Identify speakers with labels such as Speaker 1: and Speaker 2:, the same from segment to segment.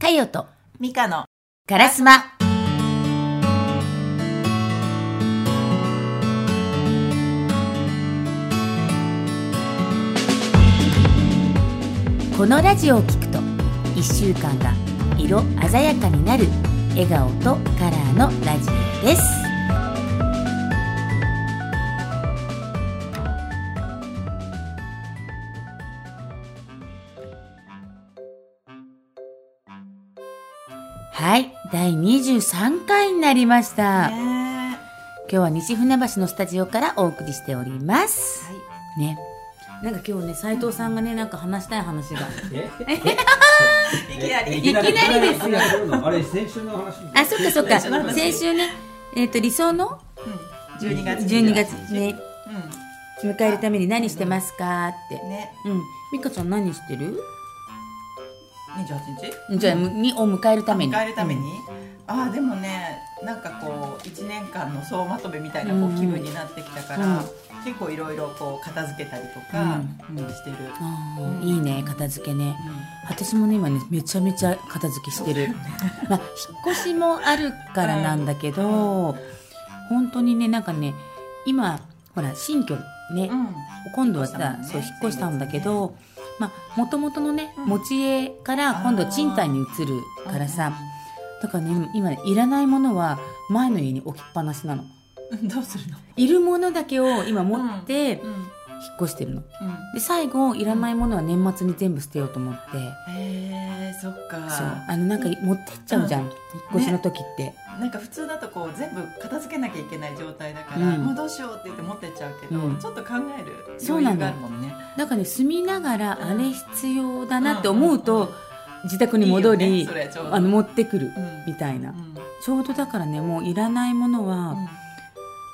Speaker 1: かよと、
Speaker 2: ミカの
Speaker 1: ガラスマ。このラジオを聞くと、1週間が色鮮やかになる笑顔とカラーのラジオです。はい、第23回になりました。
Speaker 2: ね
Speaker 1: 今日は西船橋のスタジオからお送りしております。
Speaker 2: はい
Speaker 1: ね。なんか今日ね、斉藤さんがね、なんか話したい話が。
Speaker 3: え
Speaker 2: いきなり
Speaker 3: え
Speaker 1: いきなりですよ
Speaker 3: いきなり来るのあれ先週の話
Speaker 1: あ、そっか そっか。
Speaker 3: 先週の話
Speaker 1: 先週ね、えっ、と、理想の
Speaker 2: うん、12月
Speaker 1: 12月ね、
Speaker 2: う
Speaker 1: 迎えるために何してますかって
Speaker 2: ん。ね
Speaker 1: うん。美香ちゃん何してる
Speaker 2: 28日
Speaker 1: じゃあ、にを迎えるために。
Speaker 2: 迎えるために、ああでもねなんかこう1年間の総まとめみたいなこ
Speaker 1: う
Speaker 2: うん気分になってきたから、結構いろいろこう片付けたりとか
Speaker 1: うんうん
Speaker 2: してる、
Speaker 1: あー
Speaker 2: うん
Speaker 1: いいね、片付けね。私もね、今ね、めちゃめちゃ片付けしてる。まあ、引っ越しもあるからなんだけど、本当にね、なんかね、今、ほら、新居ね、
Speaker 2: うん
Speaker 1: 今度はさ、そ
Speaker 2: 引っ越したもんね
Speaker 1: う引っ越したんだけど、まあ、もともとのね、
Speaker 2: うん
Speaker 1: 持ち家から今度賃貸に移るからさ、だからね、今ね、いらないものは前の家に置きっぱなしなの。
Speaker 2: うんどうするの、
Speaker 1: いるものだけを今持って、
Speaker 2: うん
Speaker 1: 引っ越してるの。で、最後、いらないものは年末に全部捨てようと思って、
Speaker 2: へえそっか
Speaker 1: そう。あの、なんか持ってっちゃうじゃん。引っ越しの時って。
Speaker 2: なんか普通だとこう全部片付けなきゃいけない状態だから、
Speaker 1: うん
Speaker 2: もうどうしようって言って持ってっちゃうけど、
Speaker 1: うん
Speaker 2: ちょっと考える
Speaker 1: そう
Speaker 2: 余
Speaker 1: なの
Speaker 2: 裕があるもんね
Speaker 1: なんかね、住みながら、
Speaker 2: うん
Speaker 1: あれ必要だなって思うと、自宅に戻
Speaker 2: い
Speaker 1: り、
Speaker 2: いよねそれちょうど
Speaker 1: あの、持ってくる、
Speaker 2: うん
Speaker 1: みたいな、
Speaker 2: うん
Speaker 1: ちょうどだからね、もういらないもの
Speaker 2: う
Speaker 1: は、
Speaker 2: ん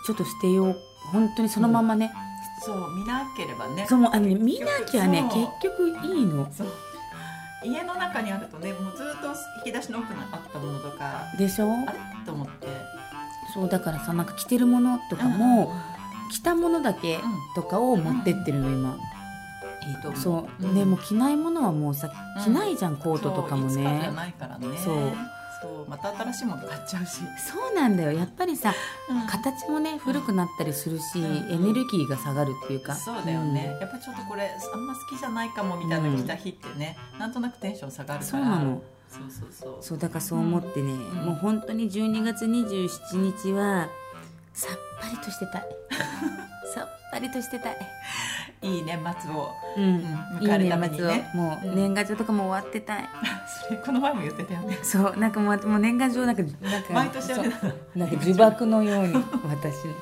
Speaker 1: ちょっと捨てよう。本当にそのままね。
Speaker 2: そう見なければね
Speaker 1: そう、もうあのね、見なきゃね、
Speaker 2: そう
Speaker 1: 結局いいの。
Speaker 2: そう家の中にあるとねもうずっと引き出しの奥にあったものとか
Speaker 1: でしょ
Speaker 2: あれと思って
Speaker 1: そう、だからさ、なんか着てるものとかも、着たものだけとかを持ってってるの、今。
Speaker 2: いいと思う
Speaker 1: そう、
Speaker 2: ん
Speaker 1: でも着ないものはもうさ
Speaker 2: うん
Speaker 1: 着ないじゃん、コートとかも
Speaker 2: そういつかじゃ
Speaker 1: ね
Speaker 2: ないからね
Speaker 1: そう
Speaker 2: そうまた新しいもの買っちゃうし、
Speaker 1: そうなんだよやっぱりさ
Speaker 2: うん
Speaker 1: 形もね古くなったりするし、
Speaker 2: うん
Speaker 1: エネルギーが下がるっていうか
Speaker 2: そうだよね、、やっぱちょっとこれあんま好きじゃないかもみたいなの着た日ってね、なんとなくテンション下が
Speaker 1: う
Speaker 2: る
Speaker 1: ん
Speaker 2: から
Speaker 1: そうなの
Speaker 2: そうそうそう
Speaker 1: そうだからそう思ってね、もう本当に12月27日はさっぱりとして たいさっぱりとしてたい、
Speaker 2: いい年末を、
Speaker 1: うん
Speaker 2: うん、迎えるために
Speaker 1: いい年
Speaker 2: ね
Speaker 1: 末をもう年賀状とかも終わってたい、
Speaker 2: それこの前も言ってたよね
Speaker 1: そうなんかもうもう年賀状なんかなんか
Speaker 2: 毎年やるな
Speaker 1: そうなんか呪縛のように私の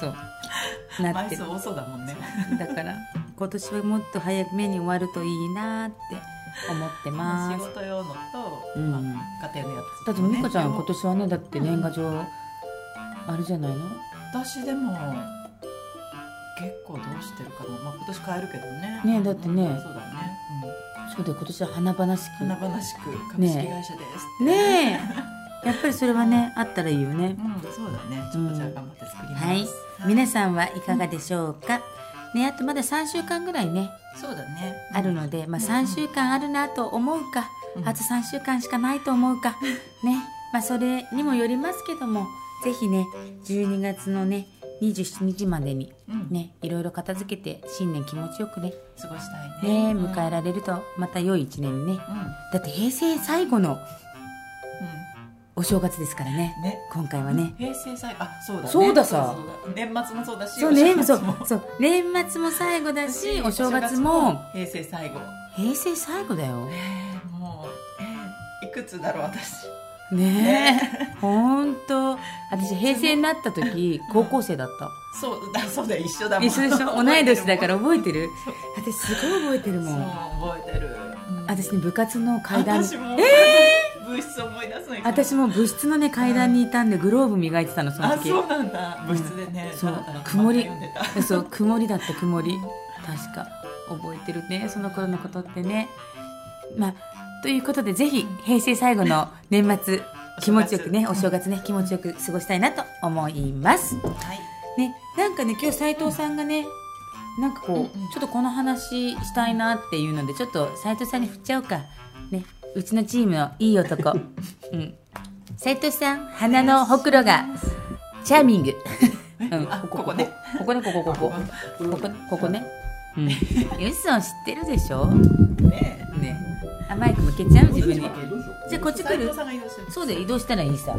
Speaker 1: そうなっ
Speaker 2: 枚
Speaker 1: てる
Speaker 2: 数多そうだもんね
Speaker 1: だから今年はもっと早めに終わるといいなって思ってま
Speaker 2: 仕
Speaker 1: す
Speaker 2: 事用のと、
Speaker 1: うん
Speaker 2: まあ家庭のやつ
Speaker 1: だって美香ちゃん今
Speaker 2: と
Speaker 1: 年はねだって年賀状あれじゃないの
Speaker 2: 私でも結構どうしてるかな、まあ、今年変えるけどね
Speaker 1: ねえだってね
Speaker 2: うんそうだね、
Speaker 1: そうだよ今年は華々し
Speaker 2: う
Speaker 1: く
Speaker 2: ん、
Speaker 1: ね
Speaker 2: 華々しく株式会社ですって
Speaker 1: えやっぱりそれはねあったらいいよね
Speaker 2: うんそうだねちょっとじゃあ頑張って作ります、
Speaker 1: はい皆さんはいかがでしょうかねあとまだ3週間ぐらいね
Speaker 2: そうだね
Speaker 1: あるので、まあ、3週間あるなと思うか、
Speaker 2: うん
Speaker 1: あと3週間しかないと思うか、ね、まあ、それにもよりますけども、ぜひね、12月のね、27日までに、
Speaker 2: うん
Speaker 1: ね、いろいろ片付けて、新年気持ちよくね、
Speaker 2: 過ごしたいね
Speaker 1: ね、迎えられると、また良い1年にね。
Speaker 2: うん、うん
Speaker 1: だって平成最後のお正月ですからね、
Speaker 2: ね
Speaker 1: 今回はね。
Speaker 2: 平成最後あそうだね
Speaker 1: そうださ
Speaker 2: そうそうだ年末もそうだし
Speaker 1: そう、
Speaker 2: お正
Speaker 1: 年そ
Speaker 2: 月
Speaker 1: う
Speaker 2: も、
Speaker 1: そう、年末も最後だし、お正月
Speaker 2: お正
Speaker 1: も、
Speaker 2: 平成最後
Speaker 1: 平成最後だよ。
Speaker 2: えー、もう、えー、いくつだろう私
Speaker 1: ねえ、ほんと。私、平成になった時、高校生だった。
Speaker 2: そうだそうだよ一緒だもん
Speaker 1: 一緒でしょ 同い年だから覚えてる
Speaker 2: そう
Speaker 1: 私すごい覚えてるもん。
Speaker 2: そう覚えてる、うん
Speaker 1: 私ね、部活の階段、
Speaker 2: 私も、 物質思い出すのいつも
Speaker 1: 私も部室のね、階段にいたんで、グローブ磨いてたの、その
Speaker 2: あ
Speaker 1: 時。
Speaker 2: そうなんだ物質でね、
Speaker 1: そう
Speaker 2: だから
Speaker 1: 曇り
Speaker 2: 漫画読んでた
Speaker 1: そう、曇りだった、曇り。確か。覚えてるね、その頃のことってね。まあ、ということで、ぜひ、平成最後の年末、気持ちよくね、お正月ね、気持ちよく過ごしたいなと思います。
Speaker 2: はい
Speaker 1: ね、なんかね今日斉藤さんがね、なんかこう、
Speaker 2: うんうん
Speaker 1: ちょっとこの話したいなっていうのでちょっと斉藤さんに振っちゃおうかねうちのチームのいい 男、うん、斉藤さん鼻のほくろがチャーミング、うん、
Speaker 2: あここね
Speaker 1: ここねここここここここね、 うん、ユスさん知ってるでしょ
Speaker 2: ね
Speaker 1: ねあマイク向けちゃう自分に
Speaker 3: どうしよ
Speaker 1: じゃあこっち来
Speaker 2: 斉
Speaker 1: る
Speaker 2: 藤さんが移動してる
Speaker 1: そうで移動したらいいさ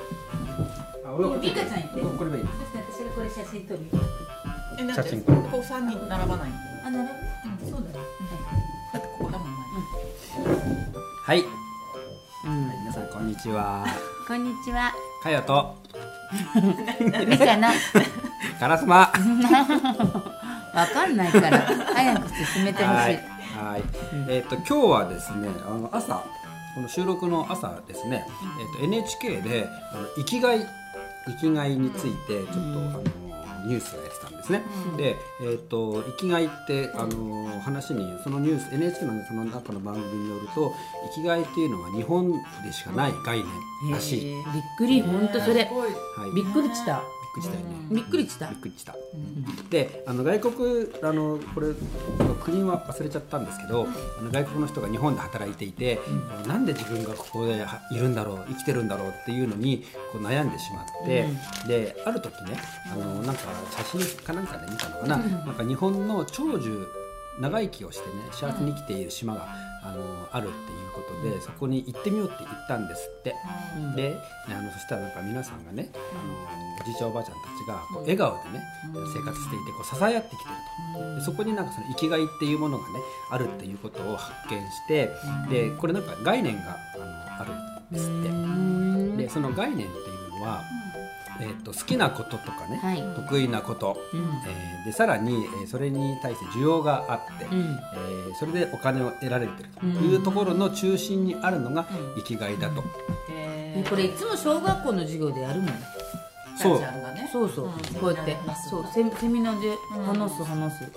Speaker 3: うあ俺はこっち
Speaker 1: 美香ちゃん行って
Speaker 3: これがいい
Speaker 1: 私がこれ写真撮る
Speaker 2: えだっ
Speaker 3: 写
Speaker 2: て
Speaker 3: 真
Speaker 2: ここ三人並ばないの
Speaker 1: あなるうんそうだね
Speaker 2: だってここだもんね
Speaker 4: はい
Speaker 1: うん
Speaker 4: 皆さんこんにちは
Speaker 1: こんにちは
Speaker 4: かよと
Speaker 1: 美香の
Speaker 4: ガラスマ
Speaker 1: わかんないから早く進めてほ
Speaker 4: は
Speaker 1: し
Speaker 4: い
Speaker 1: い、
Speaker 4: はいえっ、と今日はですねあの朝この収録の朝ですね、えっと NHK であの生きがい生きがいについてちょっと、あのニュースがやってたんですね、で、えっと生きがいってあの話にそのニュース NHK のその中の番組によると生きがいっていうのは日本でしかない概念らしい、
Speaker 1: へ
Speaker 4: びっ
Speaker 1: ーびっくりほんとそれ
Speaker 2: すごい
Speaker 4: はい
Speaker 1: びっくりした
Speaker 4: くりしたよね
Speaker 1: びっくりした
Speaker 4: びっくりした、であの外国あのこれ国は忘れちゃったんですけど、あの外国の人が日本で働いていて、あのなんで自分がここでいるんだろう生きてるんだろうっていうのにこう悩んでしまって、である時ねあのなんか写真かなんかで見たのかな,、なんか日本の長寿長生きをしてね幸せに生きている島が、あのあるっていうことでそこに行ってみようって言ったんですって。であのそしたらなんか皆さんがねあのおじいちゃんおばあちゃんたちがこう笑顔でね生活していてこう支え合ってきてるとでそこになんかその生きがいっていうものがねあるっていうことを発見してでこれなんか概念があのあるんです
Speaker 1: う
Speaker 4: っ
Speaker 1: ん
Speaker 4: てでその概念っていうのは、えー、と好きなこととかね、
Speaker 1: はい
Speaker 4: 得意なこと、
Speaker 1: うん
Speaker 4: えーでさらに、えーそれに対して需要があって、
Speaker 1: うん
Speaker 4: えーそれでお金を得られてるというところの中心にあるのが生きがいだと。
Speaker 2: え
Speaker 1: えこれいつも小学校の授業でやるもん
Speaker 4: そう
Speaker 2: ちゃんがね
Speaker 1: そうそう、こうやってそうセミセミナーで話す話す、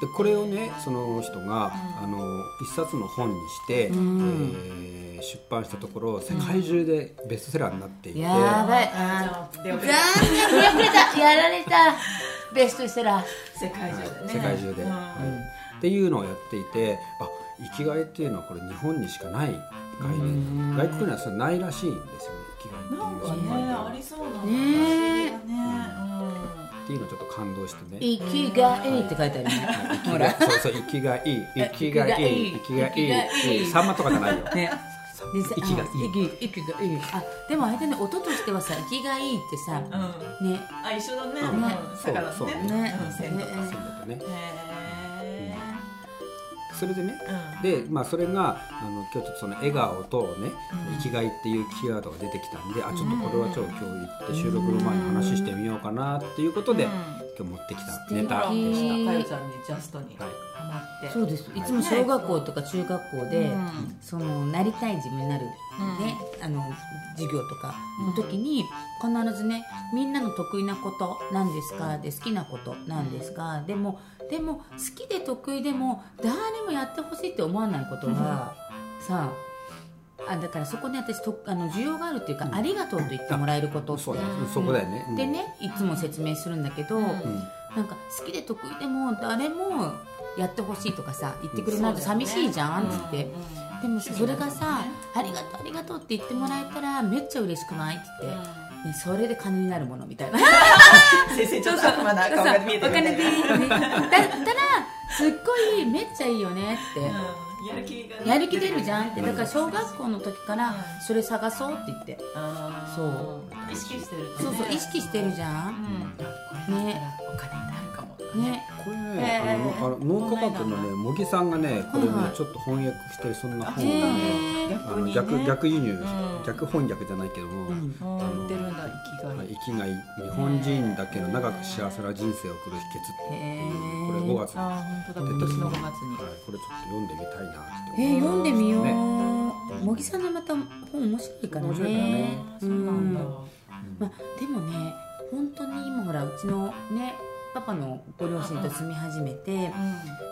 Speaker 4: でこれをねその人が、あの一冊の本にして、
Speaker 1: ん
Speaker 4: えー出版したところ世界中でベストセラーになっていて、
Speaker 1: やばいあ
Speaker 2: じゃあでも
Speaker 1: ー残念やられた やられたベストセラー
Speaker 2: 世界中でね
Speaker 4: 世界中で、
Speaker 2: うん
Speaker 4: はいっていうのをやっていてあ生きがいっていうのはこれ日本にしかない概念、外国にはそれないらしいんですよね生きがいっていう
Speaker 2: なんか
Speaker 4: その概
Speaker 2: ね
Speaker 4: 念
Speaker 2: ありそうな話
Speaker 1: ね
Speaker 2: がね
Speaker 4: っていうのをちょっと感動してね
Speaker 1: 生きがいって書いてあるね
Speaker 4: 生きがいそうそう生きがいい生きがいい生きが
Speaker 1: 生きがいい
Speaker 4: いいさんまとかじゃないよ
Speaker 1: ね
Speaker 4: 生きがいい
Speaker 1: い息がいいあでもあれだね音としてはさ生きがいいってさ
Speaker 2: うんうん
Speaker 1: ね
Speaker 2: あ一緒だね
Speaker 4: うん
Speaker 2: うん魚
Speaker 4: そう
Speaker 2: ね
Speaker 4: そう
Speaker 1: ね
Speaker 2: うん鮮度
Speaker 4: そうだよね
Speaker 2: へ
Speaker 4: それでね
Speaker 2: ーうん
Speaker 4: で、まあ、それがあの今日ちょっとその笑顔とね、生きがいっていうキーワードが出てきたんで、あちょっとこれはちょっと今日行って収録の前に話してみようかなっていうことで、
Speaker 2: うん
Speaker 4: 今日持ってきた
Speaker 1: 敵
Speaker 4: ネタ
Speaker 2: ほら
Speaker 4: でした。
Speaker 1: へー
Speaker 2: かよちゃんにジャストに
Speaker 4: はい
Speaker 2: ハマって
Speaker 1: そうですいつも小学校とか中学校で、
Speaker 2: うん
Speaker 1: そのなりたい自分になる、ねあの授業とかの時に、必ずねみんなの得意なことなんですかで好きなことなんですか、でもでも好きで得意でも誰もやってほしいって思わないことは、さああだからそこに私とあの需要があるっていうか、ありがとうと言ってもらえることって
Speaker 4: そうだね、そこだよね。うん
Speaker 1: でねいつも説明するんだけど、なんか好きで得意でも誰もやってほしいとかさ言ってくれないと寂しいじゃんっつって、でもそれがさ、ありがとうありがとうって言ってもらえたらめっちゃ嬉しくないって言って、ねそれで金になるものみ たいな
Speaker 2: 先生ちょっと悪魔な顔が見えて
Speaker 1: お
Speaker 2: るみた
Speaker 1: 金
Speaker 2: い
Speaker 1: で
Speaker 2: ない
Speaker 1: いよねだったらすっごいめっちゃいいよねって、
Speaker 2: うんやる気がね
Speaker 1: やる気出るじゃんってだから小学校の時から
Speaker 2: う
Speaker 1: それ探そうって言って、
Speaker 2: あー
Speaker 1: そう
Speaker 2: 意識してるとね
Speaker 1: そうそう意識してるじゃ
Speaker 2: うん
Speaker 1: ん、
Speaker 2: これだったらお金になるかも
Speaker 1: ね
Speaker 4: これね、あのあの脳科学のね、茂木さんがね、これね、
Speaker 1: はいはい
Speaker 4: ちょっと翻訳してるそんな
Speaker 1: え
Speaker 4: 本がね、
Speaker 1: ー
Speaker 4: あの逆
Speaker 2: ね
Speaker 4: 逆輸入、
Speaker 2: ん
Speaker 4: 逆翻訳じゃないけども、
Speaker 1: うん
Speaker 2: うん言ってるんだ生きがい
Speaker 4: 生きがい日本人だけの長く幸せな人生を送る秘訣って
Speaker 1: へ
Speaker 4: いう、
Speaker 1: ー
Speaker 4: これ5月に
Speaker 2: あー本当だ今年の5月に
Speaker 4: はい、これちょっと読んでみたいなって
Speaker 1: え
Speaker 4: 思
Speaker 1: ー、読んでみよう、
Speaker 4: ね
Speaker 1: 茂木さんのまた本面白いからね
Speaker 4: 面白いからね
Speaker 1: う
Speaker 2: そうな
Speaker 1: ん
Speaker 2: んだ
Speaker 1: まあ、でもね本当に今ほらうちのねパパのご両親と住み始めて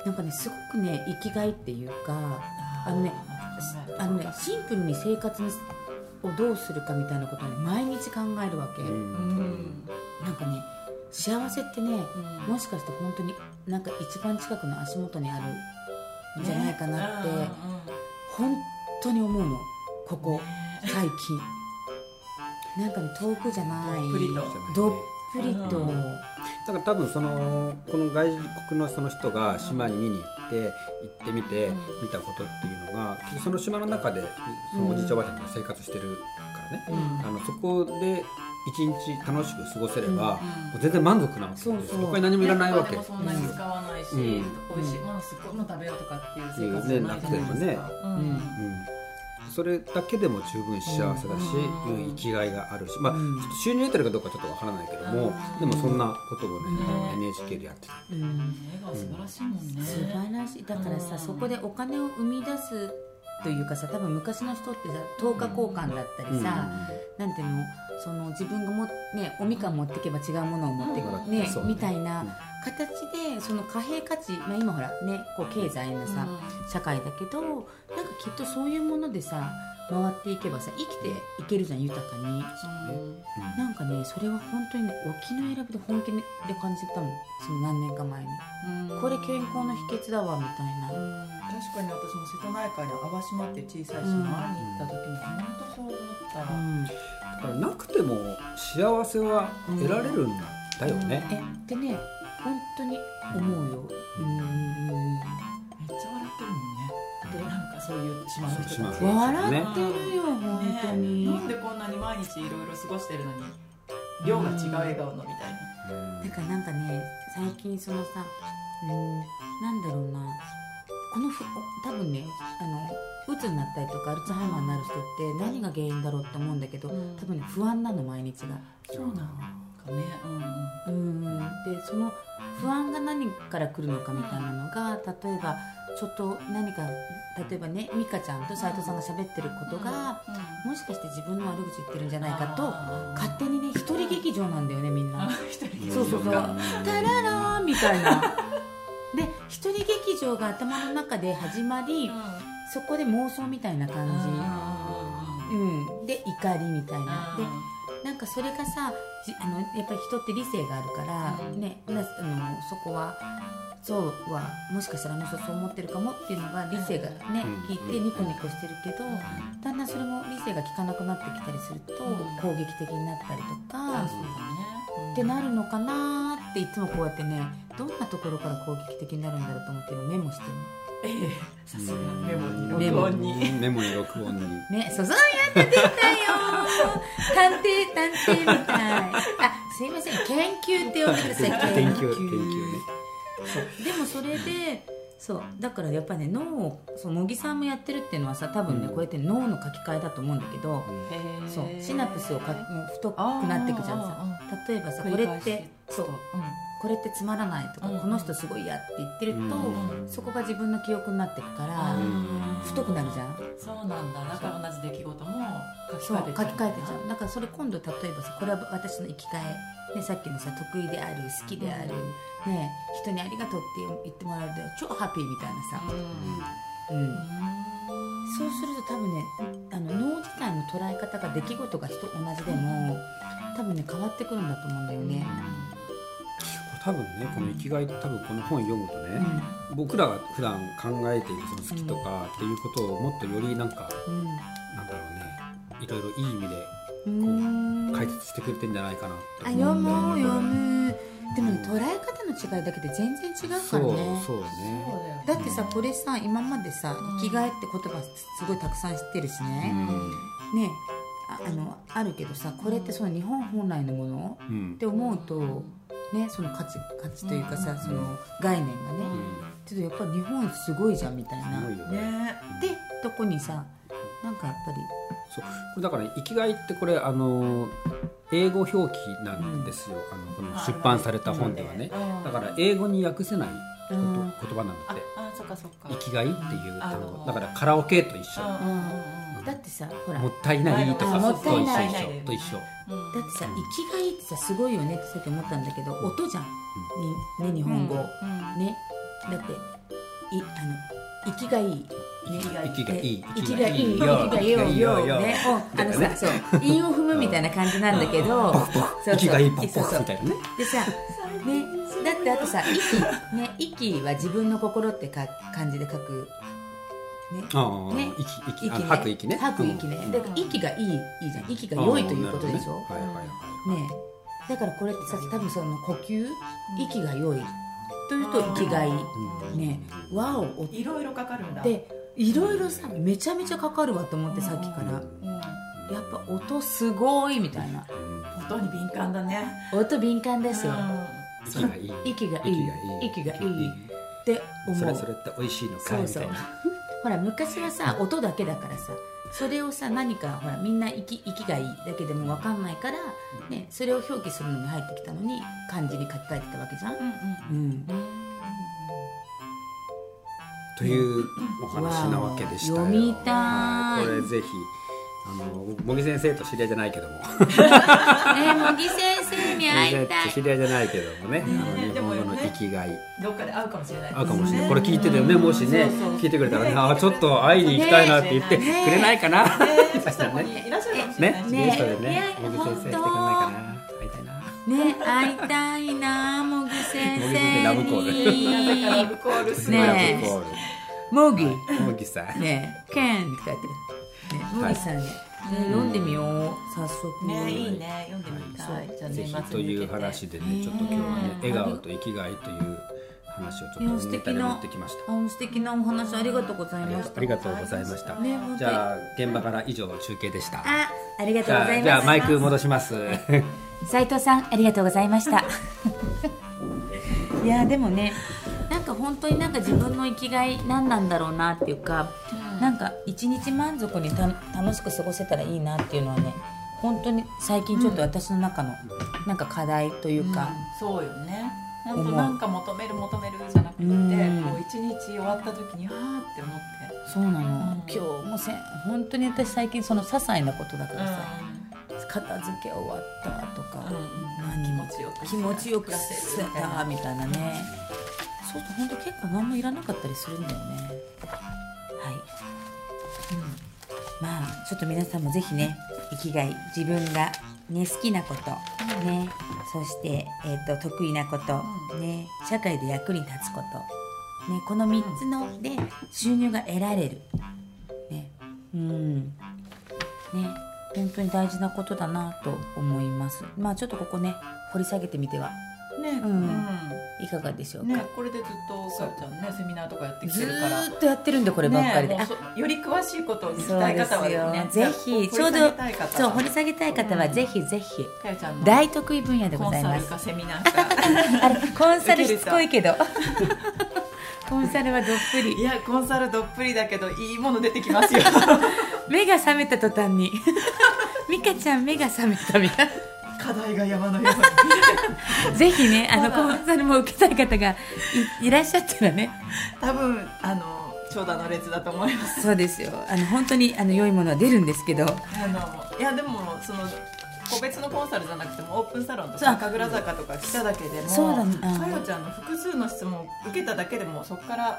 Speaker 1: なんかねすごくね生きがいっていうかあのねあのねシンプルに生活をどうするかみたいなことをね毎日考えるわけ、
Speaker 4: う
Speaker 2: うんん
Speaker 1: なんかね幸せってね
Speaker 2: うん
Speaker 1: もしかして本当になんか一番近くの足元にあるんじゃないかなって、
Speaker 2: うんうん
Speaker 1: 本当に思うのここ最近なんかね遠くじゃない
Speaker 2: どっぷり
Speaker 1: ど
Speaker 2: と
Speaker 1: っぷりと、
Speaker 2: う
Speaker 4: だから多分そのこの外国のその人が島に見に行って行ってみて見たことっていうのが結局その島の中でそのおじいちゃんおばあちゃんが生活してるからね、あのそこで一日楽しく過ごせれば、もう全然満足なわけですよ
Speaker 1: そうそう
Speaker 4: 他に何もいらないわけ
Speaker 2: でもそんなに使わないし、
Speaker 4: うん
Speaker 2: 美味しいものすっごいもの食べようとかっていう生活じゃないじゃないですか。う
Speaker 1: うん
Speaker 2: ん
Speaker 4: うんそれだけでも十分幸せだし、
Speaker 2: うん
Speaker 4: うん生きがいがあるし、まあ、ち
Speaker 1: うん
Speaker 4: ょっと収入得てるかどうかちょっとわからないけども、
Speaker 2: うん
Speaker 4: でもそんなことをね、
Speaker 2: ね
Speaker 4: NHK でやってた。
Speaker 1: うん
Speaker 2: 笑顔素晴らしいもんね。
Speaker 1: 素晴らしいだから
Speaker 2: う
Speaker 1: さ
Speaker 2: ん
Speaker 1: そこでお金を生み出すというかさ多分昔の人ってさ10日交換だったりさ、なんていうのその自分がも、ね、おみかん持ってけば違うものを持っていく、
Speaker 4: うん
Speaker 1: ね
Speaker 4: そうね
Speaker 1: みたいな形でその貨幣価値、まあ、今ほらねこう経済のさ、社会だけどなんかきっとそういうものでさ回っていけばさ生きていけるじゃん豊かに
Speaker 2: うん
Speaker 1: なんかねそれは本当にね沖縄選びで本気で感じたもんその何年か前に
Speaker 2: うん
Speaker 1: これ健康の秘訣だわみたいな
Speaker 2: 確かに私も瀬戸内海の淡島っていう小さい島に行った時に本当そう思った、
Speaker 1: うん
Speaker 4: だからなくても幸せは得られるんだよね。
Speaker 1: えってね本当に思うようん
Speaker 2: めっちゃ笑ってるもんねでなんかそういう島の人たち
Speaker 4: そう島の
Speaker 1: 笑ってるよ本当に、
Speaker 2: ねなんでこんなに毎日いろいろ過ごしてるのに量が違う笑顔のみたいな
Speaker 1: だからなんかね最近そのさうんなんだろうなこのふ多分ねあのうつになったりとかアルツハイマーになる人って何が原因だろうって思うんだけど、
Speaker 2: うん
Speaker 1: 多分ね不安なの毎日が。
Speaker 2: そうなのかね
Speaker 1: うんでその不安が何から来るのかみたいなのが例えばちょっと何か例えばね美香ちゃんと斎藤さんが喋ってることが、もしかして自分の悪口言ってるんじゃないかと勝手にね一人劇場なんだよねみんな。
Speaker 2: 一人
Speaker 4: ん
Speaker 1: そうそうそうタララーンみたいな。で一人劇場が頭の中で始まりそこで妄想みたいな感じ、うん、で怒りみたいなでなんかそれがさじあのやっぱり人って理性があるから、
Speaker 2: うん
Speaker 1: ねなあのそこはそうはもしかしたらあの人そう思ってるかもっていうのが理性がね、
Speaker 4: うん
Speaker 1: 聞いてニコニコしてるけど、だんだんそれも理性が効かなくなってきたりすると、
Speaker 2: うん
Speaker 1: 攻撃的になったりとか、
Speaker 2: そうだね
Speaker 1: ってなるのかなーっていつもこうやってねどんなところから攻撃的になるんだろうと思って今メモして
Speaker 2: ええさすがメモに
Speaker 1: メ
Speaker 2: 録
Speaker 1: モ
Speaker 2: 音に
Speaker 4: メモに録音に。
Speaker 1: るねそうそうやって出たよー探偵探偵みたいあすいません研究って呼んでください
Speaker 4: 研究研究ね。
Speaker 1: でもそれでそうだからやっぱね脳をそう茂木さんもやってるっていうのはさ多分ね、
Speaker 4: うん
Speaker 1: こうやって脳の書き換えだと思うんだけど、そうシナプスをかもう太くなってくじゃんさ例えばさこれってそうこれってつまらないとか、
Speaker 2: うん
Speaker 1: この人すごいやって言ってると、
Speaker 4: うん
Speaker 1: そこが自分の記憶になってくから、太くなるじゃん
Speaker 2: そうなんだだから同じ出来事も
Speaker 1: そ
Speaker 2: 書
Speaker 1: う書
Speaker 2: き換え
Speaker 1: き
Speaker 2: て
Speaker 1: 換えてちゃうだからそれ今度例えばさこれは私の生きがい、ね、さっきのさ得意である好きである、ね、人にありがとうって言ってもらえるで超ハッピーみたいなさ、うんそうすると多分ねあの脳自体の捉え方が出来事が人同じでも多分ね変わってくるんだと思うんだよね。
Speaker 4: 多分ねこの生きがい多分この本読むとね、僕らが普段考えているその好きとかっていうことをもっとよりなんかなんだろうねいろいろいい意味で
Speaker 1: うんうん
Speaker 4: 解説してくれてんじゃないかな
Speaker 1: あ
Speaker 4: と
Speaker 1: 読
Speaker 4: 思
Speaker 1: む
Speaker 4: うんだよ
Speaker 1: 読
Speaker 4: ね。
Speaker 1: むでも、ね、捉え方の違いだけで全然違うからね
Speaker 4: そうそうね。
Speaker 1: だってさこれさ今までさ「生きがい」って言葉すすごいたくさん知ってるしね、ねああのあるけどさこれってその日本本来のもの
Speaker 4: うんうん
Speaker 1: って思うとねその価値価値というかさその概念がねちょっとやっぱり日本すごいじゃんみたい
Speaker 4: す
Speaker 1: な
Speaker 4: ごいよね。
Speaker 2: ね
Speaker 1: でとこにさなんかやっぱり
Speaker 4: そうこれだから、ね、生きがいってこれあの英語表記なんですよ、あのこの出版された本ではね、だから英語に訳せないこと、
Speaker 1: うん
Speaker 4: 言葉なんだ
Speaker 2: あ
Speaker 4: って
Speaker 2: あそっかそっか
Speaker 4: 生きがいっていう単
Speaker 2: あ
Speaker 4: 語
Speaker 2: の
Speaker 4: だからカラオケと一緒
Speaker 1: だってさほら
Speaker 4: もったいないと
Speaker 1: あ
Speaker 4: か
Speaker 1: も
Speaker 4: と
Speaker 1: ったい
Speaker 4: 一
Speaker 1: ない
Speaker 4: 緒と一緒
Speaker 1: だってさ生きがいってさすごいよねってさっき思ったんだけど音じゃん、にね日本語、ねだっていあの生きがいい、ね、
Speaker 4: 生きがいい
Speaker 1: 生きがいい生き
Speaker 4: よ
Speaker 1: がいいよよ
Speaker 4: よ
Speaker 1: ねおあの
Speaker 4: だ
Speaker 1: さそう韻を踏むみたいな感じなんだけどそうそう
Speaker 4: 生きがいいポッポ
Speaker 1: そう
Speaker 4: ッ
Speaker 1: そう
Speaker 4: みたいなね
Speaker 1: でさ、ね、だってあとさ「息」ね「息」は自分の心ってか漢字で書くね
Speaker 4: ああ、
Speaker 1: ね
Speaker 4: 息息あの吐く息ね
Speaker 1: 吐く息ね、
Speaker 4: うん
Speaker 1: だから息がいいいいじゃん息が良いということでしょ、
Speaker 4: ああなるほどねはいはいはい
Speaker 1: ねえだからこれってさ多分その呼吸息が良いというと生きがい
Speaker 4: うん
Speaker 1: ねえ和を追っ
Speaker 2: いろいろかかるんだ。
Speaker 1: ていろいろさめちゃめちゃかかるわと思ってさっきから
Speaker 2: うん、
Speaker 1: やっぱ音すごいみたいな
Speaker 2: 音に敏感だね。
Speaker 1: 音敏感ですよ
Speaker 2: う
Speaker 4: 息がいい
Speaker 1: 息がいい息
Speaker 4: 息
Speaker 1: が
Speaker 4: が
Speaker 1: い
Speaker 4: いい
Speaker 1: いって思う
Speaker 4: それそれって美味しいのか
Speaker 1: そう
Speaker 4: み
Speaker 1: そ
Speaker 4: た
Speaker 1: う
Speaker 4: いな
Speaker 1: ほら昔はさ音だけだからさそれをさ何かほらみんな息息がいいだけでも分かんないから、ね、それを表記するのに入ってきたのに漢字に書き換えてたわけじゃん、
Speaker 2: ん。
Speaker 1: うん、
Speaker 4: というお話なわけでしたよ
Speaker 1: わあ読みたい
Speaker 4: はいこれぜひあの茂木先生と知り合いじゃないけども
Speaker 1: ね茂木先生に会いたい
Speaker 4: 知り合いじゃないけどもねあの
Speaker 2: ね
Speaker 4: 日本語の生きがい
Speaker 2: うんどっかで会うかもしれないですね。
Speaker 4: 合うかもしれないこれ聞いててね
Speaker 1: うん
Speaker 4: もしね
Speaker 1: そうそう
Speaker 4: 聞いてくれたらね
Speaker 2: ね
Speaker 4: あちょっと会いに行きたいなって言ってく
Speaker 1: ね
Speaker 4: れないかな
Speaker 2: ねえそしたらここにいらっしゃるかもしれない
Speaker 4: ね
Speaker 2: し
Speaker 1: ね
Speaker 4: ゲストで
Speaker 1: いや
Speaker 4: ね茂木先生来てくれないかな会いたいな
Speaker 1: ね会いたいな茂木先
Speaker 4: 茂木先生ラブ
Speaker 1: 生
Speaker 4: コ
Speaker 2: だから
Speaker 1: に
Speaker 2: ブコールする
Speaker 1: ねえ
Speaker 4: ラブコー
Speaker 1: 茂木
Speaker 4: ル茂木さん
Speaker 1: ねケンって書いてるね茂木さんねね読んでみよう早速
Speaker 2: ねいいね読んでみたい。じゃあ
Speaker 4: ぜ
Speaker 2: 年末に
Speaker 4: ひ
Speaker 2: 向けて
Speaker 4: という話でねちょっと今日はね笑顔と生きがいという話をちょっとネタで持ってきました
Speaker 1: あ素敵なお話ありがとうござい
Speaker 4: あり
Speaker 1: ま
Speaker 4: が
Speaker 1: し
Speaker 4: とう
Speaker 1: た
Speaker 4: ありがとうございました。
Speaker 1: ね本当に
Speaker 4: じゃあ現場から以上中継でした。
Speaker 1: あありがと
Speaker 4: じ
Speaker 1: うございま
Speaker 4: ゃあ
Speaker 1: す
Speaker 4: じゃあマイク戻します。
Speaker 1: 斉藤さんありがとうございました いやでもねなんか本当になんか自分の生きがい何なんだろうなっていうか、なんか一日満足にた楽しく過ごせたらいいなっていうのはね本当に最近ちょっと私の中の、なんか課題というか、
Speaker 2: そうよね
Speaker 1: 思う
Speaker 2: 本当なんか求める求めるじゃなくて、
Speaker 1: うん
Speaker 2: こう一日終わった時にあーって思って、
Speaker 1: そうなの、
Speaker 2: ん
Speaker 1: 今日もせん本当に私最近その些細なことだからさ、片付け終わったとか、
Speaker 2: うん
Speaker 1: 何も
Speaker 2: 気持ちよく
Speaker 1: 気持ちよく
Speaker 2: 暮らせるみたい
Speaker 1: た
Speaker 2: な
Speaker 1: みたいなねそうすると本当結構何もいらなかったりするんだよねはい、うん、まあちょっと皆さんもぜひね生きがい自分がね好きなこと、ねそして、えー、と得意なこと、ね社会で役に立つこと、ね、この3つので収入が得られるねうんね本当に大事なことだなと思いますまあちょっとここね掘り下げてみては
Speaker 2: ね、
Speaker 1: う
Speaker 2: うんん
Speaker 1: いかがでしょうか、
Speaker 2: ねこれでずっとさよちゃんねセミナーとかやってき
Speaker 1: ず
Speaker 2: てるから
Speaker 1: ーっとやってるんでこればっかりで、
Speaker 2: ねも
Speaker 1: あ
Speaker 2: うそより詳しいことを聞き
Speaker 1: そう
Speaker 2: たい
Speaker 1: で
Speaker 2: 方は
Speaker 1: す
Speaker 2: で
Speaker 1: よ、
Speaker 2: すね
Speaker 1: ぜひちょうどそう掘り
Speaker 2: げ
Speaker 1: 下げたい方はぜひぜひ、
Speaker 2: さよちゃんの
Speaker 1: 大得意分野で
Speaker 2: コ
Speaker 1: ご
Speaker 2: ン
Speaker 1: ざい
Speaker 2: サ
Speaker 1: ま
Speaker 2: ル
Speaker 1: す
Speaker 2: かセミナーか
Speaker 1: あれコンサルしつこいけ どコンサルはどっぷり
Speaker 2: いやコンサルどっぷりだけどいいもの出てき ますよ
Speaker 1: 目が覚めた途端に美香ちゃん目が覚めたみたい
Speaker 2: 課題が山のように
Speaker 1: なぜひねあの
Speaker 2: まだ
Speaker 1: コンサルも受けたい方がいいらっしゃったらね
Speaker 2: 多分あの長蛇の列だと思います
Speaker 1: そうですよあの本当にあの良いものは出るんですけど
Speaker 2: あのいやでもその個別のコンサルじゃなくてもオープンサロンとか神楽坂とか来ただけでも
Speaker 1: そうだねうん
Speaker 2: かよちゃんの複数の質問を受けただけでもそこから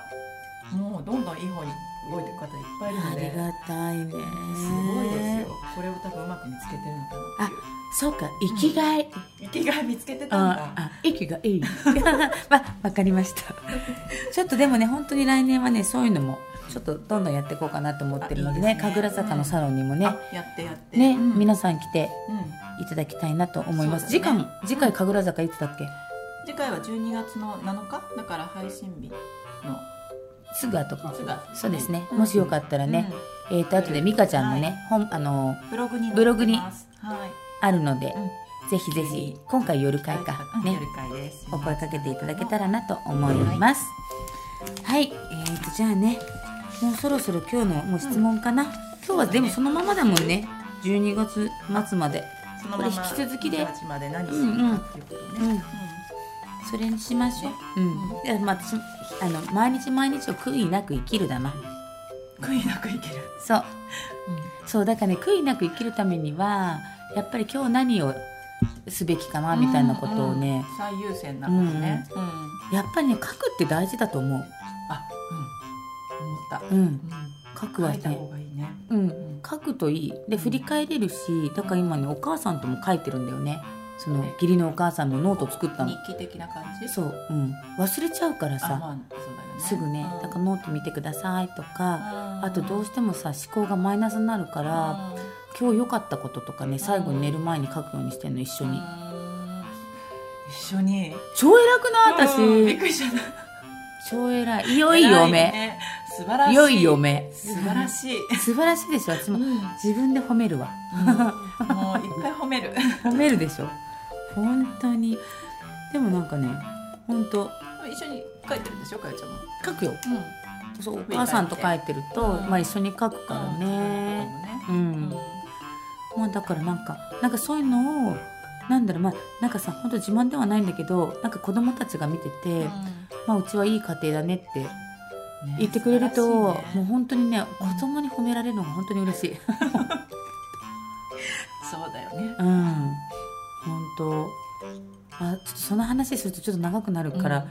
Speaker 2: もうどんどんいい方に動いていく方いっぱいいる
Speaker 1: あ
Speaker 2: の
Speaker 1: り
Speaker 2: で
Speaker 1: がたいね
Speaker 2: すごいですよこれを多分うまく見つけてるのかな
Speaker 1: あそうか生きがい、
Speaker 2: 生きがい見つけてたん
Speaker 1: あ
Speaker 2: だ
Speaker 1: あ息がいい まわかりましたちょっとでもね本当に来年はねそういうのもちょっとどんどんやっていこうかなと思ってるのでね
Speaker 2: あいいですね
Speaker 1: 神楽坂のサロンにもね
Speaker 2: あ、やってやって
Speaker 1: ね、
Speaker 2: うん
Speaker 1: 皆さん来て
Speaker 2: うん
Speaker 1: いただきたいなと思います、
Speaker 2: そ
Speaker 1: 次
Speaker 2: うだね
Speaker 1: 回次回神楽坂いつだっけ
Speaker 2: 次回は12月の7日だから配信日の
Speaker 1: すぐ後か
Speaker 2: すぐ後
Speaker 1: そうですね、
Speaker 2: うん
Speaker 1: もしよかったらね、えっ、と後で美香ちゃんのね、本あの
Speaker 2: ブログに載ってます
Speaker 1: ブログに
Speaker 2: はい
Speaker 1: あるので、
Speaker 2: う
Speaker 1: ぜひぜ
Speaker 2: ぜ
Speaker 1: ひ
Speaker 2: ひ
Speaker 1: 今回夜会か
Speaker 2: うん
Speaker 1: ね
Speaker 2: 夜会です
Speaker 1: お声かけていただけたらなと思いますはい、えー、とじゃあねもうそろそろ今日のもう質問かな、今日はでもそのままだもんね12月末まで
Speaker 2: その
Speaker 1: こ
Speaker 2: ま
Speaker 1: れ
Speaker 2: ま
Speaker 1: 引き続きで
Speaker 2: 18まで何するかっていうこと
Speaker 1: うんうん
Speaker 2: ね。
Speaker 1: それにしましょううん、いやまあ私あの毎日毎日を悔いなく生きるだな
Speaker 2: 悔いなくいける。
Speaker 1: そう、そうだからね悔いなく生きるためにはやっぱり今日何をすべきかなみたいなことをね、
Speaker 2: うん最優先なことね。うん。
Speaker 1: やっぱりね書くって大事だと思う
Speaker 2: あ、うん。思った。
Speaker 1: う
Speaker 2: うん
Speaker 1: ん書くは
Speaker 2: 書いた
Speaker 1: ね
Speaker 2: 方がいいね。
Speaker 1: うん、書くといいで振り返れるしだから今ねお母さんとも書いてるんだよねその義理のお母さんのノート作ったの
Speaker 2: 日記的な感じ
Speaker 1: そう、うん、忘れちゃうから
Speaker 2: あ
Speaker 1: さ
Speaker 2: まあそうだよね
Speaker 1: すぐね
Speaker 2: うん
Speaker 1: だからノート見てくださいとか
Speaker 2: あー
Speaker 1: あとどうしてもさ思考がマイナスになるから
Speaker 2: あー
Speaker 1: 今日良かったこととかね最後に寝る前に書くようにしてんの一緒に
Speaker 2: うん一緒に
Speaker 1: 超偉くない
Speaker 2: うんびっ
Speaker 1: 私
Speaker 2: くりした
Speaker 1: 超偉い良い嫁
Speaker 2: ね素晴らしい
Speaker 1: 良い嫁
Speaker 2: 素晴らしい、
Speaker 1: 素晴らしいでしょ私
Speaker 2: う
Speaker 1: も
Speaker 2: ん もういっ
Speaker 1: 自分で褒めるわ
Speaker 2: ぱい褒める
Speaker 1: 褒めるでしょ本当にでもなんかね本当
Speaker 2: 一緒に書いてるんでしょかよちゃんも、
Speaker 1: 書くよ
Speaker 2: うん、
Speaker 1: そうお母さんと書いてると、
Speaker 2: うん
Speaker 1: まあ、一緒に書くからねうん、
Speaker 2: うん
Speaker 1: まあだからなんかなんかそういうのをなんだろうまあなんかさ本当自慢ではないんだけどなんか子供たちが見てて、
Speaker 2: うん
Speaker 1: まあうちはいい家庭だねって
Speaker 2: ね
Speaker 1: 言ってくれると、
Speaker 2: 素晴らしい
Speaker 1: もう
Speaker 2: ね
Speaker 1: 本当にね子供に褒められるのが本当に嬉しい
Speaker 2: そうだよね
Speaker 1: うん本当あちょっとその話するとちょっと長くなるから、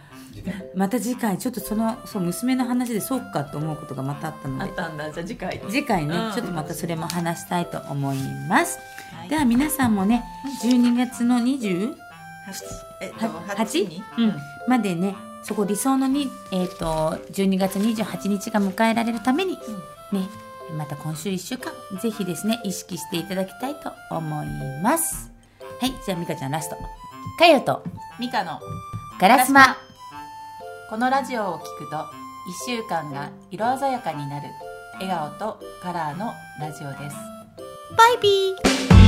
Speaker 1: また次回ちょっとそのそう娘の話でそうかと思うことがまたあった
Speaker 2: うん
Speaker 1: の
Speaker 2: あ
Speaker 1: で
Speaker 2: ったんだじゃあ次回
Speaker 1: 次回ね、
Speaker 2: うん
Speaker 1: ちょっとまたそれも話したいと思います、
Speaker 2: はい
Speaker 1: では皆さんもね12月の20
Speaker 2: 八えっと
Speaker 1: は
Speaker 2: 八に
Speaker 1: うんまでねそこ理想のに、えー、と12月28日が迎えられるためにねまた今週1週間ぜひですね意識していただきたいと思いますはいじゃあ美香ちゃんラストかよと
Speaker 2: ミカの
Speaker 1: ガラスマ
Speaker 2: このラジオを聞くと1週間が色鮮やかになる笑顔とカラーのラジオです
Speaker 1: バイビー